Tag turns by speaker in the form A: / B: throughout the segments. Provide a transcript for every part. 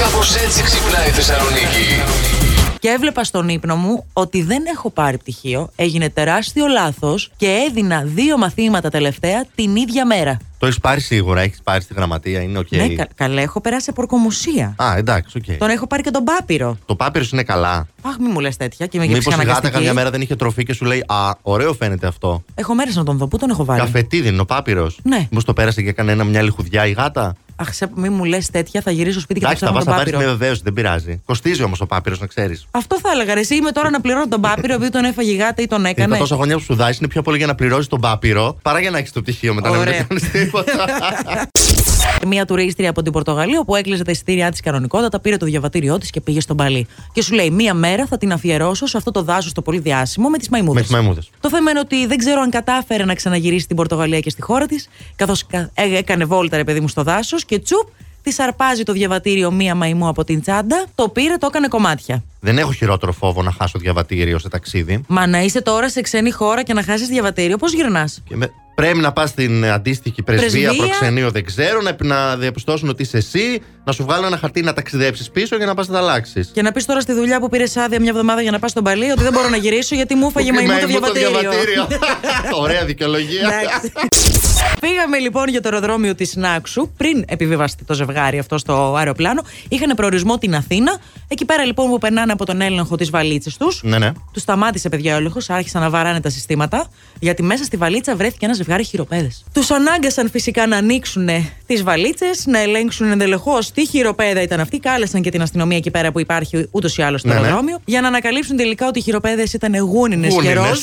A: Κάπως έτσι ξυπνάει η Θεσσαλονίκη.
B: Και έβλεπα στον ύπνο μου ότι δεν έχω πάρει πτυχίο, έγινε τεράστιο λάθος και έδινα δύο μαθήματα τελευταία την ίδια μέρα.
C: Το έχεις πάρει σίγουρα, έχεις πάρει στη γραμματεία, είναι οκ.
B: Ναι, κα, καλά, έχω περάσει από ορκομοσία.
C: Α, εντάξει, οκ.
B: Τον έχω πάρει και τον πάπυρο.
C: Το πάπυρος είναι καλά.
B: Αχ, μη μου λες τέτοια και με γεύση
C: Μήπως η γάτα
B: αναγκαστική.
C: καμιά μέρα δεν είχε τροφή και σου λέει Α, ωραίο φαίνεται αυτό.
B: Έχω μέρες να τον δω. Πού τον έχω βάλει.
C: Καφετίδι είναι ο πάπυρος.
B: Ναι.
C: Μήπως το πέρασε και έκανε ένα μια λιχουδιά η γάτα.
B: Αχ, σε, μη μου λες τέτοια, θα γυρίσω σπίτι και θα
C: Εντάξει, θα
B: ψάχνω
C: πα
B: τον
C: να πάρει
B: πάπυρο.
C: με βεβαίωση, δεν πειράζει. Κοστίζει όμως ο πάπυρος, να ξέρεις.
B: Αυτό θα έλεγα. ρε, Εσύ είμαι τώρα να πληρώνω τον πάπυρο επειδή τον έφαγε η γάτα ή τον
C: Τα
B: έκανε.
C: τόσα χρόνια που σπουδάζει είναι πιο πολύ για να πληρώσεις τον πάπυρο παρά για να έχεις το πτυχίο μετά να
B: Ωραία.
C: μην κάνεις τίποτα.
B: Ε, Μία τουρίστρια από την Πορτογαλία που έκλεισε τα εισιτήριά της κανονικότατα, πήρε το διαβατήριό της και πήγε στον Παλί. Και σου λέει: Μία μέρα θα την αφιερώσω σε αυτό το δάσο το πολύ διάσημο με τις μαϊμούδες.
C: Με τις μαϊμούδες.
B: Το θέμα είναι ότι δεν ξέρω αν κατάφερε να ξαναγυρίσει στην Πορτογαλία και στη χώρα της, καθώς ε, έκανε βόλτα ρε παιδί μου στο δάσος και τσουπ, της αρπάζει το διαβατήριο μία μαϊμού από την τσάντα, το πήρε, το έκανε κομμάτια.
C: δεν έχω χειρότερο φόβο να χάσω διαβατήριο σε ταξίδι.
B: Μα να είσαι τώρα σε ξένη χώρα και να χάσεις διαβατήριο, πώς γυρνάς.
C: Και με- πρέπει να πας στην ε, αντίστοιχη πρεσβεία,
B: Πρεσβεία.
C: προξενείο, δεν ξέρω, να, να διαπιστώσουν ότι είσαι εσύ, να σου βγάλουν ένα χαρτί να ταξιδέψεις πίσω και να πας να τα αλλάξεις.
B: Και να πεις τώρα στη δουλειά που πήρες άδεια μια εβδομάδα για να πας στον Παλί ότι δεν μπορώ να γυρίσω γιατί μου έφαγε μαϊμού το διαβατήριο.
C: Ωραία δικαιολογία.
B: Εντάξει. Πήγαμε λοιπόν για το αεροδρόμιο της Νάξου πριν επιβιβαστεί το ζευγάρι αυτό στο αεροπλάνο. Είχαν προορισμό την Αθήνα. Εκεί πέρα λοιπόν που περνάνε από τον έλεγχο τι βαλίτσες τους.
C: ναι, ναι.
B: Τους σταμάτησε παιδιά ο έλεγχος, άρχισαν να βαράνε τα συστήματα, γιατί μέσα στη βαλίτσα βρέθηκε ένας ζευγάρι χειροπέδες. Τους ανάγκασαν φυσικά να ανοίξουν τις βαλίτσες, να ελέγξουν ενδελεχώς τι χειροπέδα ήταν αυτή. Κάλεσαν και την αστυνομία εκεί πέρα που υπάρχει ούτως ή άλλως στο
C: Ναι, ναι.
B: αεροδρόμιο, για να ανακαλύψουν τελικά ότι οι χειροπέδες ήταν γούνινες και
C: Γούνινες.
B: ροζ.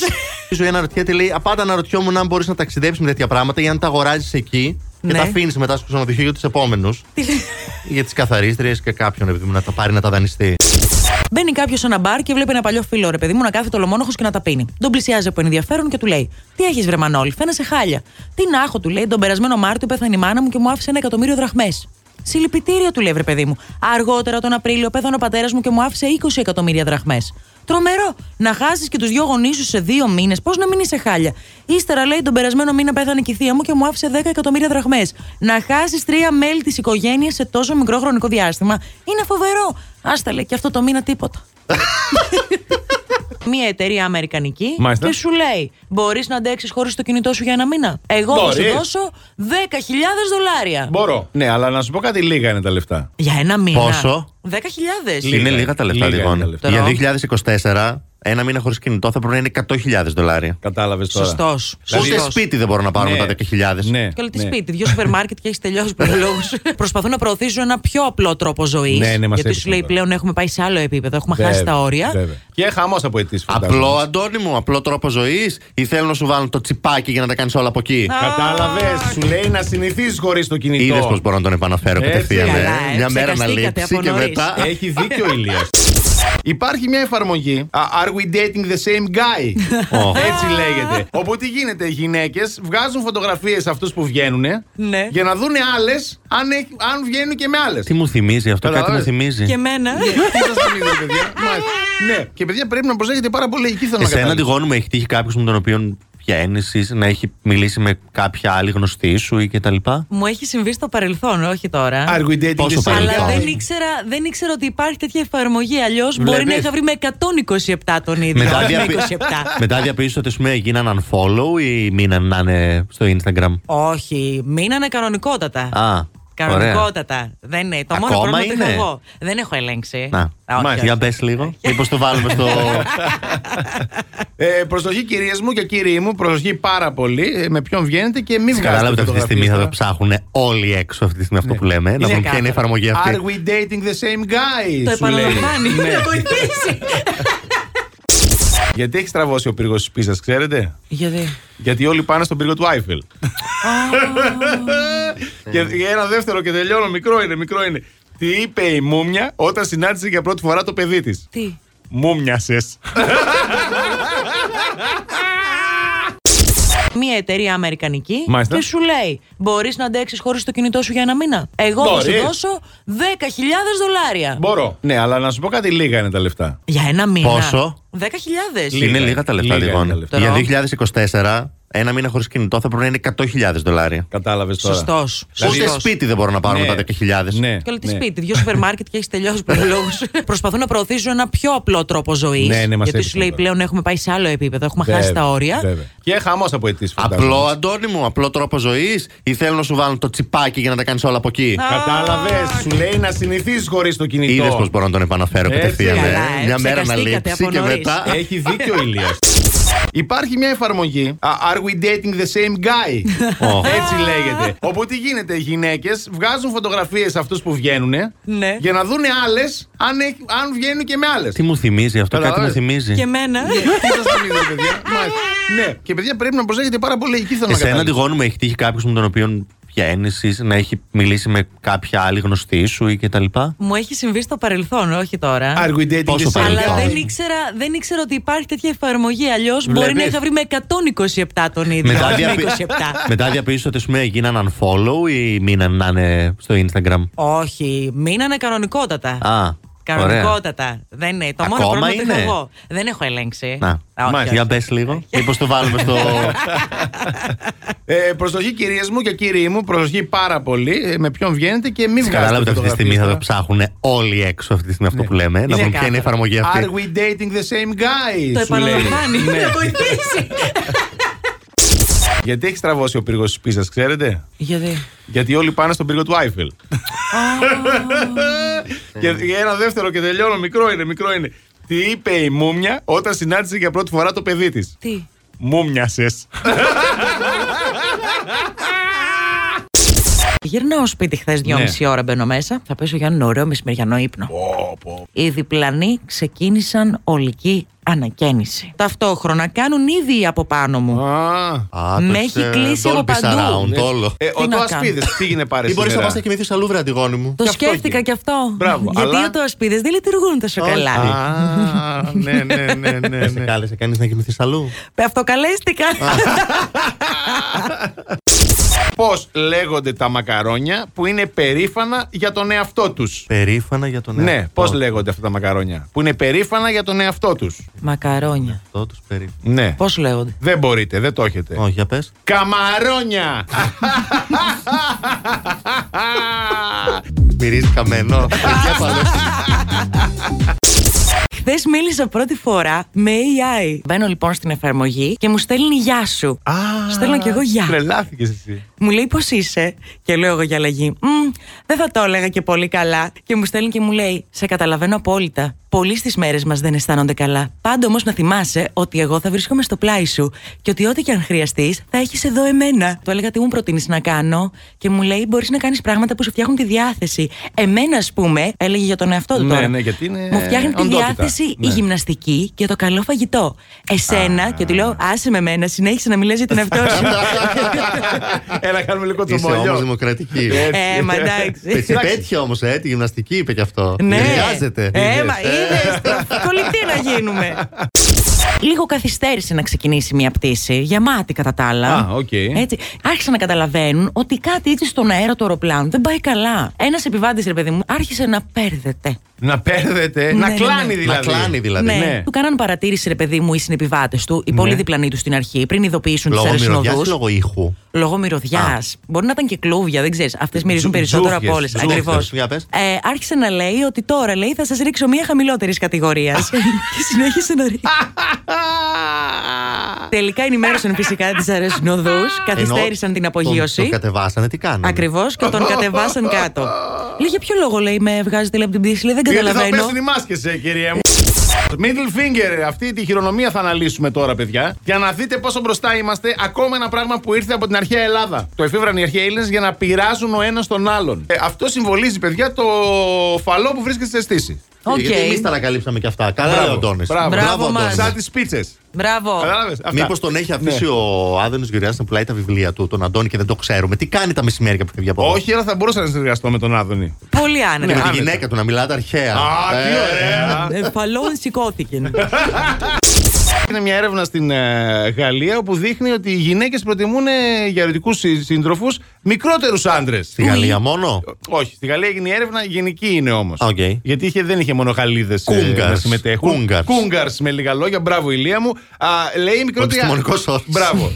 C: Η ζωή αναρωτιέται, λέει, απάντα αναρωτιόμουν αν μπορείς να ταξιδέψεις με τέτοια πράγματα ή αν τα αγοράζεις εκεί και
B: Ναι.
C: τα αφήνεις μετά στο ξενοδοχείο για τους επόμενους. για τις καθαρίστριες και κάποιον, επειδή μου να τα πάρει να τα δανειστεί.
B: Μπαίνει κάποιος σε ένα μπαρ και βλέπει ένα παλιό φίλο, ρε παιδί μου, να κάθεται ολομόνοχος και να τα πίνει. Τον πλησιάζει από ενδιαφέρον και του λέει: Τι έχεις, βρε Μανώλη, φαίνεσαι χάλια. Τι να έχω, του λέει: Τον περασμένο Μάρτιο πέθανε η μάνα μου και μου άφησε ένα εκατομμύριο δραχμές. Συλληπιτήρια του λέει, βρε παιδί μου. Αργότερα τον Απρίλιο πέθανε ο πατέρας μου και μου άφησε 20 εκατομμύρια δραχμές. Τρομερό! Να χάσεις και τους δύο γονείς σου σε δύο μήνες, πώς να μην είσαι χάλια. Ύστερα λέει: Τον περασμένο μήνα πέθανε και η θεία μου και μου άφησε 10 εκατομμύρια δραχμές. Να χάσεις τρία μέλη της οικογένειας σε τόσο μικρό χρονικό διάστημα είναι φοβερό. Άστα λέει και αυτό το μήνα τίποτα. Μία εταιρεία αμερικανική
D: Μάλιστα.
B: και σου λέει: Μπορείς να αντέξεις χωρίς το κινητό σου για ένα μήνα. Εγώ θα σου
D: Μπορείς.
B: δώσω 10.000 δολάρια.
D: Μπορώ. Ναι, αλλά να σου πω κάτι, λίγα είναι τα λεφτά.
B: Για ένα μήνα.
C: Πόσο?
B: 10.000.
C: είναι
D: Λίγα είναι.
C: λίγα τα λεφτά
D: Λίγα
C: λοιπόν.
D: είναι τα λεφτά.
C: Για 2024, ένα μήνα χωρίς κινητό θα πρέπει να είναι 100.000 δολάρια.
D: Κατάλαβες τώρα.
B: Σωστός.
C: Ούτε σπίτι δεν μπορώ να πάρω
D: Ναι.
C: με τα 10.000.
D: Ναι.
B: Και όλη τη σπίτι, δύο σούπερ μάρκετ και έχεις τελειώσει προλόγου. Προσπαθούν να προωθήσουν ένα πιο απλό τρόπο ζωής.
D: Ναι, ναι,
B: γιατί
D: μας έπεισε
B: σου λέει
D: τώρα.
B: πλέον έχουμε πάει σε άλλο επίπεδο, έχουμε χάσει τα όρια.
D: βέβαια. Και χαμός από ετήσει.
C: Απλό, Αντώνη μου, απλό τρόπο ζωής ή θέλουν να σου βάλουν το τσιπάκι για να τα κάνεις όλα από εκεί.
D: Κατάλαβες, σου λέει να συνηθίσει χωρίς το κινητό.
C: Είδες πώς μπορώ να τον επαναφέρω
D: Λοιπόν. Έτσι.
C: κατευθείαν. ε.
B: Καλά, ε,
C: Μια μέρα να
B: ψεκαστήκατε
C: λείψει
B: από
C: και
B: νωρίς.
C: μετά.
D: Έχει δίκιο ο Ηλίας. Υπάρχει μια εφαρμογή. α, Are we dating the same guy?
C: Ω.
D: Έτσι λέγεται. Όπου τι γίνεται, οι γυναίκες βγάζουν φωτογραφίες αυτούς που βγαίνουν
B: Ναι.
D: για να δουν άλλες αν, έχ- αν βγαίνουν και με άλλες.
C: Τι μου θυμίζει αυτό, κάτι μου
D: Καταλάβες.
C: θυμίζει.
B: Και εμένα.
D: Ναι, και παιδιά πρέπει να προσέχετε πάρα πολύ. Εκεί θέλω να
C: Εσένα,
D: καταλήξω.
C: αντιγόνου μου, έχει τύχει κάποιος με τον οποίο βγαίνει να έχει μιλήσει με κάποια άλλη γνωστή σου ή κτλ.
B: Μου έχει συμβεί στο παρελθόν, όχι τώρα.
D: Are we dating
C: Πόσο
D: the same
B: Αλλά
C: παρελθόν.
D: guy?
B: δεν ήξερα, δεν ήξερα ότι υπάρχει τέτοια εφαρμογή. Αλλιώς μπορεί να
D: Βλέπεις.
B: είχα βρει με 127 τον ίδιο.
C: Μετά,
B: όχι με
C: διαπι...
B: 27.
C: Μετά διαπίστωσε ότι σου έγιναν unfollow ή μείναν να είναι στο Instagram.
B: όχι, μείνανε κανονικότατα.
C: Α, ωραία.
B: Κανονικότατα. Δεν είναι. Το μόνο
C: Ακόμα
B: πρόβλημα το είχα
C: είναι?
B: εγώ. Δεν έχω ελέγξει.
C: Να,
B: Α, Ε, όχι,
C: για
B: όχι.
C: μπε λίγο. Μήπως το βάλουμε στο.
D: Ε, προσοχή κυρίες μου και κύριοι μου, προσοχή πάρα πολύ ε, με ποιον βγαίνετε και μην βγάζετε.
C: Κατάλαβε αυτή τη στιγμή
D: φωτογραφίες ε.
C: θα το
D: τώρα.
C: ψάχνουν όλοι έξω αυτή τη στιγμή αυτό που λέμε. Να δουν ποια είναι η
B: κάθαρο.
C: εφαρμογή αυτή.
D: Are we dating the same guy?
B: Το
D: σου λέει.
B: επαναλαμβάνει.
D: Ναι.
B: Να βοηθήσει.
D: Γιατί έχει στραβώσει ο πύργος της πίστας, ξέρετε.
B: Γιατί.
D: Γιατί όλοι πάνε στον πύργο του Άιφελ. και για ένα δεύτερο και τελειώνω, μικρό είναι, μικρό είναι. Τι είπε η Μούμια όταν συνάντησε για πρώτη φορά το παιδί της.
B: Τι.
D: Μούμιασες.
B: Μία εταιρεία αμερικανική
D: Μάλιστα.
B: και σου λέει: Μπορείς να αντέξεις χωρίς το κινητό σου για ένα μήνα. Εγώ θα σου
D: Μπορείς.
B: δώσω 10.000 δολάρια.
D: Μπορώ. Ναι, αλλά να σου πω κάτι, λίγα είναι τα λεφτά.
B: Για ένα μήνα.
C: Πόσο?
B: 10.000.
D: Λίγα.
C: Είναι λίγα τα λεφτά
D: Λίγα είναι
C: λοιπόν.
D: τα
B: λεφτά.
C: Για 2024 Ένα μήνα χωρίς κινητό θα πρέπει να είναι 100.000 δολάρια.
D: Κατάλαβες τώρα.
B: Σωστός.
C: Ούτε σπίτι δεν μπορώ να πάρω
D: Δηλαδή, Ναι.
C: με τα 10.000.
D: Ναι.
B: Καλό τη
D: ναι.
B: σπίτι, δύο σούπερ μάρκετ και έχεις τελειώσει προλόγου. Προσπαθούν να προωθήσουν ένα πιο απλό τρόπο ζωής.
D: Ναι, ναι, μας
B: γιατί σου
D: έπεισαν
B: λέει
D: τώρα.
B: πλέον έχουμε πάει σε άλλο επίπεδο, έχουμε χάσει τα
D: Βέβαια,
B: όρια.
D: βέβαια. Και χαμός από αιτήσεις.
C: Απλό, Αντώνη μου, απλό τρόπο ζωής. Ή θέλουν να σου βάλουν το τσιπάκι για να τα κάνεις όλα από εκεί.
D: Κατάλαβες, σου λέει να συνηθίσει χωρίς το κινητό.
C: Είδες πώς μπορώ να τον επαναφέρω
D: Έτσι.
C: κατευθείαν. ε.
B: Καλά, ε,
C: Μια μέρα να
B: ψεκαστήκατε
C: λείψει
B: από
C: και
B: νωρίς.
C: μετά.
D: Έχει δίκιο ο Ηλίας. Υπάρχει μια εφαρμογή. α, Are we dating the same guy?
C: Ω.
D: Έτσι λέγεται. Όπου τι γίνεται, οι γυναίκες βγάζουν φωτογραφίες αυτούς που βγαίνουν
B: Ναι.
D: για να δουν άλλες αν, έχ- αν βγαίνουν και με άλλες.
C: Τι μου θυμίζει αυτό, κάτι μου
D: Καταλάβες.
C: θυμίζει.
B: Και εμένα.
D: Τι σας θυμίζει, ρε παιδιά. Μάλιστα. Ναι, και παιδιά πρέπει να προσέχετε πάρα πολύ. Εκεί θέλω να
C: Εσένα
D: καταλήξω.
C: αντιγόνου μου έχει τύχει κάποιος με τον οποίο βγαίνει ή να έχει μιλήσει με κάποια άλλη γνωστή σου ή κτλ.
B: Μου έχει συμβεί στο παρελθόν, όχι τώρα.
D: Are we dating
C: Πόσο
D: the same
C: παρελθόν.
B: Αλλά
D: guy?
B: δεν ήξερα, δεν ήξερα ότι υπάρχει τέτοια εφαρμογή. Αλλιώς μπορεί να
D: Βλέπεις.
B: είχα βρει με 127 τον ίδιο.
C: Μετά
B: όχι με
C: διαπι-
B: 27.
C: Μετά διαπίστωσε ότι σου γίναν unfollow ή μείναν να είναι στο Instagram.
B: Όχι, μείνανε κανονικότατα.
C: Α, ωραία.
B: Κανονικότατα. Δεν είναι. Το μόνο
C: Ακόμα
B: πρόβλημα το είχα
C: είναι?
B: εγώ. Δεν έχω ελέγξει.
C: Να,
B: Ε, Α, όχι,
C: για μπες λίγο. Μήπως το βάλουμε στο...
D: Ε, προσοχή κυρίες μου και κύριοι μου, προσοχή πάρα πολύ. ε, Με ποιον βγαίνετε και μην βγάζετε.
C: Κατάλαβε ότι αυτή τη στιγμή θα το
D: φωτογραφίες
C: ψάχνουν όλοι έξω αυτή τη στιγμή αυτό που λέμε. Να βρουν ποια είναι η εφαρμογή
D: τώρα.
C: αυτή.
D: Are we dating the same guy?
B: Το
D: σου λέει.
B: επαναλαμβάνει.
D: Ναι.
B: Με βοηθήσει.
D: Γιατί έχει τραβώσει ο πύργος της πίστας, ξέρετε.
B: Γιατί.
D: Γιατί όλοι πάνε στον πύργο του Άιφελ. και και ένα δεύτερο και τελειώνω. Μικρό είναι, μικρό είναι. Τι είπε η Μούμια όταν συνάντησε για πρώτη φορά το παιδί της.
B: Τι.
D: Μούμιασες.
B: Γυρνάω σπίτι χθες
C: Ναι.
B: δυόμιση ώρα μπαίνω μέσα. Θα πέσω για έναν ωραίο μεσημεριανό ύπνο. Οι διπλανοί ξεκίνησαν ολική ανακαίνιση. Ταυτόχρονα κάνουν ήδη από πάνω μου.
C: Α, το
B: Με
C: έχεις,
B: έχει
C: ε,
B: κλείσει
C: Dolby
B: από παντού.
C: Surround, όλο.
D: Ε,
B: Τι
D: ο
B: να
D: το
B: κάνω.
D: ασπίδε, τι έγινε πάρει.
C: Ή μπορείς να πας να κοιμηθείς στα Λούβρα, Αντιγόνη μου.
B: Το
D: Γι' αυτό
B: σκέφτηκα
D: και.
B: και αυτό.
D: Μπράβο,
B: Γιατί
D: αλλά-
B: οι οτοασπίδε δεν λειτουργούν τόσο καλά.
D: Α, ναι, ναι, ναι, ναι.
C: Ε, Σε κάλεσε κανείς να κοιμηθείς αλλού.
B: Αυτοκαλέστηκα.
D: Πώς λέγονται τα μακαρόνια που είναι περήφανα για τον εαυτό τους.
C: Περήφανα για τον
D: Ναι,
C: εαυτό
D: πώς
C: τους.
D: λέγονται αυτά τα μακαρόνια που είναι περήφανα για τον εαυτό τους.
B: Μακαρόνια.
C: Αυτό τους περήφανα.
D: Ναι.
B: Πώς λέγονται.
D: Δεν μπορείτε, δεν το έχετε.
C: Όχι, για πες.
D: Καμαρόνια!
C: Μυρίζει καμένο. Για πάμε.
B: Χθες μίλησα πρώτη φορά με AI. Μπαίνω λοιπόν στην εφαρμογή και μου στέλνει γεια σου. Στέλνω κι εγώ γεια.
D: Τρελάθηκες εσύ.
B: Μου λέει πώς είσαι. Και λέω εγώ για αλλαγή. «Μμ, δεν θα το έλεγα και πολύ καλά. Και μου στέλνει και μου λέει: Σε καταλαβαίνω απόλυτα. Πολλοί στις μέρες μας δεν αισθάνονται καλά. Πάντα όμως να θυμάσαι ότι εγώ θα βρίσκομαι στο πλάι σου και ότι ό,τι και αν χρειαστείς θα έχεις εδώ εμένα. Του έλεγα τι μου προτείνεις να κάνω και μου λέει: Μπορείς να κάνεις πράγματα που σου φτιάχνουν τη διάθεση. Εμένα, ας πούμε, έλεγε για τον εαυτό του
D: Ναι,
B: τώρα.
D: ναι, γιατί είναι
B: Μου φτιάχνει τη
D: οντότητα.
B: διάθεση
D: Ναι.
B: η γυμναστική και το καλό φαγητό. Εσένα, και του λέω: Άσε με εμένα, συνέχισε να μιλάς για τον εαυτό σου.
D: Έλα, κάνουμε λίγο
C: Είσαι όμως
D: τσομπολιό.
C: δημοκρατική.
B: Ε, μα εντάξει.
C: Πε- Πέτυχε όμως, ε, τη γυμναστική είπε και αυτό.
B: Ναι.
C: Χρειάζεται.
B: Ε, μα είδες. Κολλητή να γίνουμε. Λίγο καθυστέρησε να ξεκινήσει μια πτήση, γεμάτη κατά τα άλλα.
D: Α, οκ.
B: Έτσι. Άρχισαν να καταλαβαίνουν ότι κάτι έτσι στον αέρα του αεροπλάνου δεν πάει καλά. Ένας επιβάτης, ρε παιδί μου, άρχισε να παίρνεται.
D: Να παίρνετε, να
B: Ναι, ναι.
D: κλάνει δηλαδή.
C: Να κλάνει δηλαδή. Ναι.
B: ναι.
D: ναι.
B: Του κάναν παρατήρηση, ρε παιδί μου, οι συνεπιβάτες του, οι πολύ διπλανοί τους στην αρχή, πριν ειδοποιήσουν του
C: Λόγω μυρωδιάς
B: αεροσυνοδού.
C: ή λόγω ήχου.
B: Λόγω μυρωδιάς. Μπορεί να ήταν και κλούβια, δεν ξέρεις. Αυτές μυρίζουν
D: Τζου-
B: περισσότερο
D: τζούφιες,
B: από όλε.
C: τζούφιες.
B: Ακριβώ.
C: Για πες.
B: Ε, άρχισε να λέει ότι τώρα λέει θα σας ρίξω μία χαμηλότερης κατηγορίας. και συνέχισε να ρίξει. Τελικά ενημέρωσαν φυσικά τι αεροσυνοδού, καθυστέρησαν
C: Ενώ
B: την
C: Τον,
B: απογείωση.
C: τον κατεβάσανε, τι κάνανε.
B: Ακριβώς και τον κατεβάσαν κάτω. Λέει για ποιο λόγο λέει με βγάζετε λέει από την πτήση, λέει δεν
D: Γιατί θα
B: καταλαβαίνω.
D: πέσουν οι μάσκες, ε, κυρία μου. Middle finger, ε, αυτή τη χειρονομία θα αναλύσουμε τώρα, παιδιά. Για να δείτε πόσο μπροστά είμαστε, ακόμα ένα πράγμα που ήρθε από την αρχαία Ελλάδα. Το εφήβραν οι αρχαίοι Έλληνες για να πειράζουν ο ένας τον άλλον. Ε, αυτό συμβολίζει, παιδιά, το φαλό που βρίσκεται στι αισθήσει.
B: Οκ.
C: Γιατί εμείς τα ανακαλύψαμε και αυτά. Καλά, λέει ο Αντώνης.
D: Μπράβο,
B: Μπράβο
C: Ναι.
B: μας.
D: Σαν τις πίτσες.
B: Μπράβο.
D: Κατάλαβες.
C: Μήπως τον
D: Ναι.
C: έχει αφήσει ο Άδενο Γεωργιάδης να πουλάει τα βιβλία του, τον Αντώνη και δεν το ξέρουμε. Τι κάνει τα μεσημέρια που φεύγει από εδώ.
D: Όχι, αλλά θα μπορούσα να συνεργαστώ με τον Άδωνη.
B: Πολύ
C: Με
B: άνετα.
C: τη
D: Ναι, άνετα.
C: γυναίκα ε. του να μιλάτε αρχαία.
D: Α, τι
C: Ε,
D: ωραία.
B: Εφαλόν σηκώθηκε.
D: Είναι μια έρευνα στην ε, Γαλλία όπου δείχνει ότι οι γυναίκες προτιμούν ε, για ερωτικούς σύντροφους μικρότερους άντρες.
C: Στη Γαλλία μόνο.
D: Όχι, στη Γαλλία έγινε η έρευνα, γενική είναι όμως.
C: Α, οκ.
D: Γιατί είχε, δεν είχε μόνο Γαλλίδες να
C: Κούγκαρς.
D: συμμετέχουν.
C: Κούγκαρς.
D: Κούγκαρς, με λίγα λόγια, μπράβο ηλία μου. Α, λέει η μικρότερη.
C: Επιστημονικός όρος.
D: Μπράβο.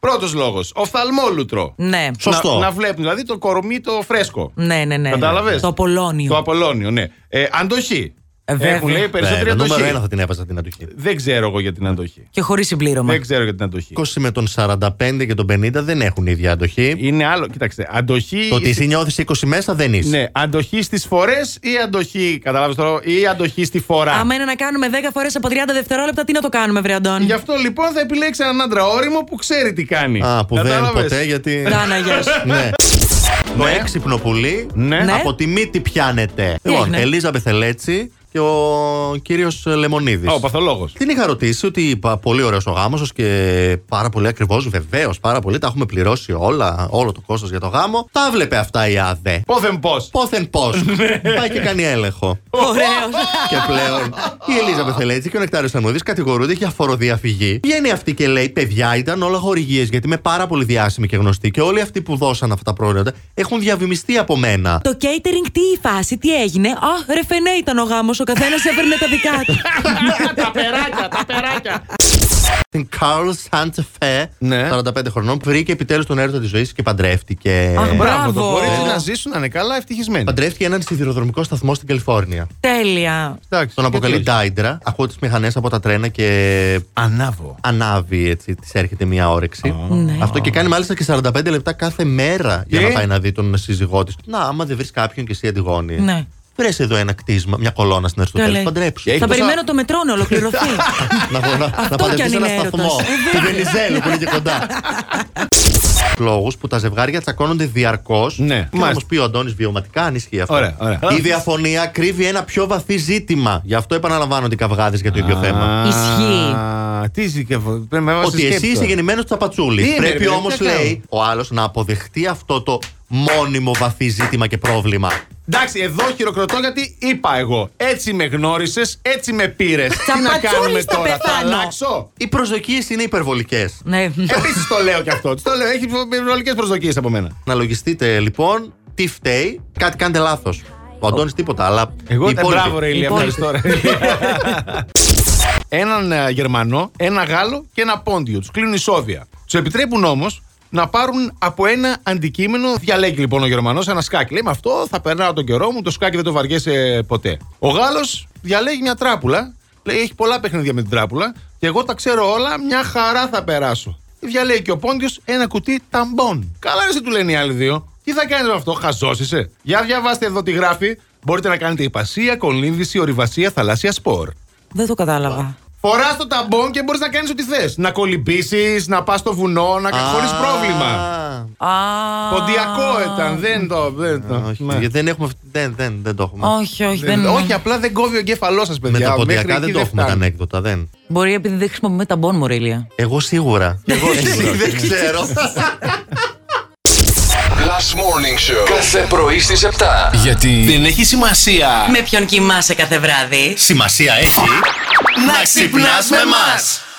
D: Πρώτος λόγος. Οφθαλμόλουτρο.
B: Ναι.
C: Σωστό.
D: Να, να βλέπουν δηλαδή το κορμί το φρέσκο.
B: Ναι, ναι, ναι.
D: Κατάλαβες?
B: Το Απολώνιο.
D: Το Απολώνιο, ναι. Ε, αντοχή.
B: Ε, βέβαια.
D: Έχουν λέει
C: Ναι,
D: περισσότερη
C: το νούμερο ένα
D: αντοχή.
C: θα την έπασα την αντοχή.
D: Δεν ξέρω εγώ για την αντοχή.
B: Και χωρίς συμπλήρωμα.
D: Δεν ξέρω για την αντοχή.
C: 20 με τον 45 και τον 50 δεν έχουν ίδια αντοχή.
D: Είναι άλλο, κοίταξε. Αντοχή.
C: Το ότι εσύ νιώθεις 20 μέσα δεν είσαι.
D: Ναι, αντοχή στις φορές ή αντοχή. Κατάλαβε τώρα, ή αντοχή στη φορά.
B: Άμα είναι να κάνουμε 10 φορές από 30 δευτερόλεπτα, τι να το κάνουμε, βρε Αντώνη.
D: Γι' αυτό λοιπόν θα επιλέξει έναν άντρα όριμο που ξέρει τι κάνει.
C: Α, που δεν
D: Ναι. Κατάλαβες?
C: ποτέ γιατί.
B: Τάναγε.
C: ναι. Το
D: Ναι.
C: έξυπνο πουλί
D: Ναι.
B: Ναι.
C: από τη μύτη πιάνεται. Λοιπόν,
B: έγινε?
C: Ελίζα Μπεθελέτσι και ο κύριος Λεμονίδης.
D: Α, Ο παθολόγος.
C: Την είχα ρωτήσει ότι είπα, πολύ ωραίος ο γάμος σα και πάρα πολύ ακριβώς, βεβαίως, πάρα πολύ. Τα έχουμε πληρώσει όλα, όλο το κόστος για το γάμο. Τα βλέπε αυτά η ΑΔΕ.
D: Πόθεν πώς.
C: Πόθεν πώς.
D: Ναι.
C: Πάει και κάνει έλεγχο.
B: Ωραίος.
C: και πλέον η Ελίζα Μπεθελέτζη και ο Νεκτάριος Ανούδη κατηγορούνται για φοροδιαφυγή. Βγαίνει αυτή και λέει: Παιδιά, ήταν όλα χορηγίες γιατί είμαι πάρα πολύ διάσημη και γνωστή και όλοι αυτοί που δώσαν αυτά τα προϊόντα έχουν διαβημιστεί από μένα.
B: Το catering, τι η φάση, τι έγινε. Α, ρε φενέ ήταν ο γάμος, ο καθένας έφερνε τα δικά του.
C: Την Καρλ Σαντεφέ,
D: Ναι.
C: 45 χρονών, βρήκε επιτέλους τον έρωτα της ζωής και παντρεύτηκε.
B: Αχ, μπράβο.
D: Μπράβο, το μπορεί
C: Ε,
D: να ζήσουν να είναι καλά ευτυχισμένοι.
C: Παντρεύτηκε έναν σιδηροδρομικό σταθμό στην Καλιφόρνια.
B: Τέλεια.
D: Εντάξει,
C: Τον
D: γιατί
C: αποκαλεί
D: όχι.
C: Ντάιντρα. Ακούω τις μηχανές από τα τρένα και
D: Ανάβω.
C: ανάβει, έτσι, της έρχεται μια όρεξη.
B: Ναι.
C: Αυτό και κάνει μάλιστα και 45 λεπτά κάθε μέρα για
D: Τι?
C: να πάει να δει τον σύζυγό της. Να, άμα δεν βρεις κάποιον και εσύ
D: Ε,
C: αντιγόνη.
B: Ναι.
C: Βρες εδώ ένα κτίσμα, μια κολόνα
B: Το
C: στην Αριστοτέλη.
B: λέει.
C: Παντρέψου.
D: έχει
B: Θα
D: τόσα-
B: περιμένω το μετρό να ολοκληρωθεί.
C: να να, να
B: κι αν
C: παντρευτείς ένα
B: είναι έρωτας.
C: σταθμό.
B: Ε,
C: Τη Βενιζέλου που είναι και κοντά. Λόγους που τα ζευγάρια τσακώνονται διαρκώς.
D: Ναι,
C: Και θα
D: μάλιστα.
C: μα πει ο Αντώνης βιωματικά αν ισχύει αυτό.
D: Ωραία, ωραία.
C: Η διαφωνία κρύβει ένα πιο βαθύ ζήτημα. Γι' αυτό επαναλαμβάνονται οι καυγάδες για το ίδιο θέμα.
B: Ισχύει.
D: Α, Τι ζήκευε. Πρέπει να βάζεις
C: Ότι
D: σκέψη
C: εσύ είσαι
D: τώρα.
C: γεννημένος τσαπατσούλη.
D: Είναι,
C: Πρέπει
D: ρε,
C: όμως,
D: τι να
C: λέει, ο άλλος να αποδεχτεί αυτό το μόνιμο βαθύ ζήτημα και πρόβλημα.
D: Εντάξει, εδώ χειροκροτώ γιατί είπα εγώ. Έτσι με γνώρισες, έτσι με πήρες. Τι να
B: Τσαπατσούλης
D: κάνουμε
B: θα
D: τώρα, θα
B: πεθάνω.
D: αλλάξω.
C: Οι προσδοκίες είναι υπερβολικές.
B: Ναι.
D: Επίσης το λέω κι αυτό. της Το λέω, έχει ρολικέ προσδοκίες από μένα.
C: Να λογιστείτε λοιπόν τι φταίει, κάτι κάνετε λάθος. Ο Αντώνης τίποτα, αλλά.
D: Εγώ
C: οι
D: δεν
C: υπόλοιποι.
D: μπράβο, ρε Ηλία,
B: υπόλοιποι.
D: ευχαριστώ. ρε. Έναν ε, Γερμανό, ένα Γάλλο και ένα Πόντιο. Τους κλείνουν ισόβια. Τους επιτρέπουν όμως να πάρουν από ένα αντικείμενο. Διαλέγει λοιπόν ο Γερμανός ένα σκάκι. Λέει με αυτό θα περνάω τον καιρό μου, το σκάκι δεν το βαριέσαι ποτέ. Ο Γάλλος διαλέγει μια τράπουλα. Λέει έχει πολλά παιχνίδια με την τράπουλα και εγώ τα ξέρω όλα, μια χαρά θα περάσω. Διαλέγει και ο Πόντιος ένα κουτί ταμπών. Καλά, εσύ του λένε οι άλλοι δύο. Τι θα κάνεις με αυτό, χαζόσισε. Για διαβάστε εδώ τι γράφει. Μπορείτε να κάνετε υπασία, κολύμβηση, ορειβασία, θαλάσσια σπορ.
B: Δεν το κατάλαβα.
D: Φορά το ταμπόν και μπορείς να κάνεις ό,τι θες. Να κολυμπήσεις, να πας στο βουνό, να
C: Α,
D: κάνει χωρί Ε, πρόβλημα.
B: Α.
D: Ποντιακό ήταν, δεν το. Δεν το.
C: Όχι,
D: ναι.
C: γιατί δεν έχουμε. αυτή- Δεν, δεν, δεν το έχουμε.
B: Όχι, όχι.
D: Δεν-
B: Δεν...
D: όχι, απλά δεν κόβει ο εγκέφαλός σας,
C: Με
D: παιδιά.
C: τα
D: Μέχρι
C: ποντιακά
D: εκεί
C: δεν το έχουμε τα
D: φτάνει.
C: ανέκδοτα, δεν.
B: Μπορεί επειδή δεν χρησιμοποιούμε τα μπον μου, ρε Ηλία.
C: Εγώ σίγουρα. Εγώ σίγουρα. δεν ξέρω.
A: Last Morning Show. Κάθε πρωί στις 7.
E: Γιατί δεν έχει σημασία
B: Με ποιον κοιμάσαι κάθε βράδυ.
E: Σημασία έχει
C: Να ξυπνάς με μας.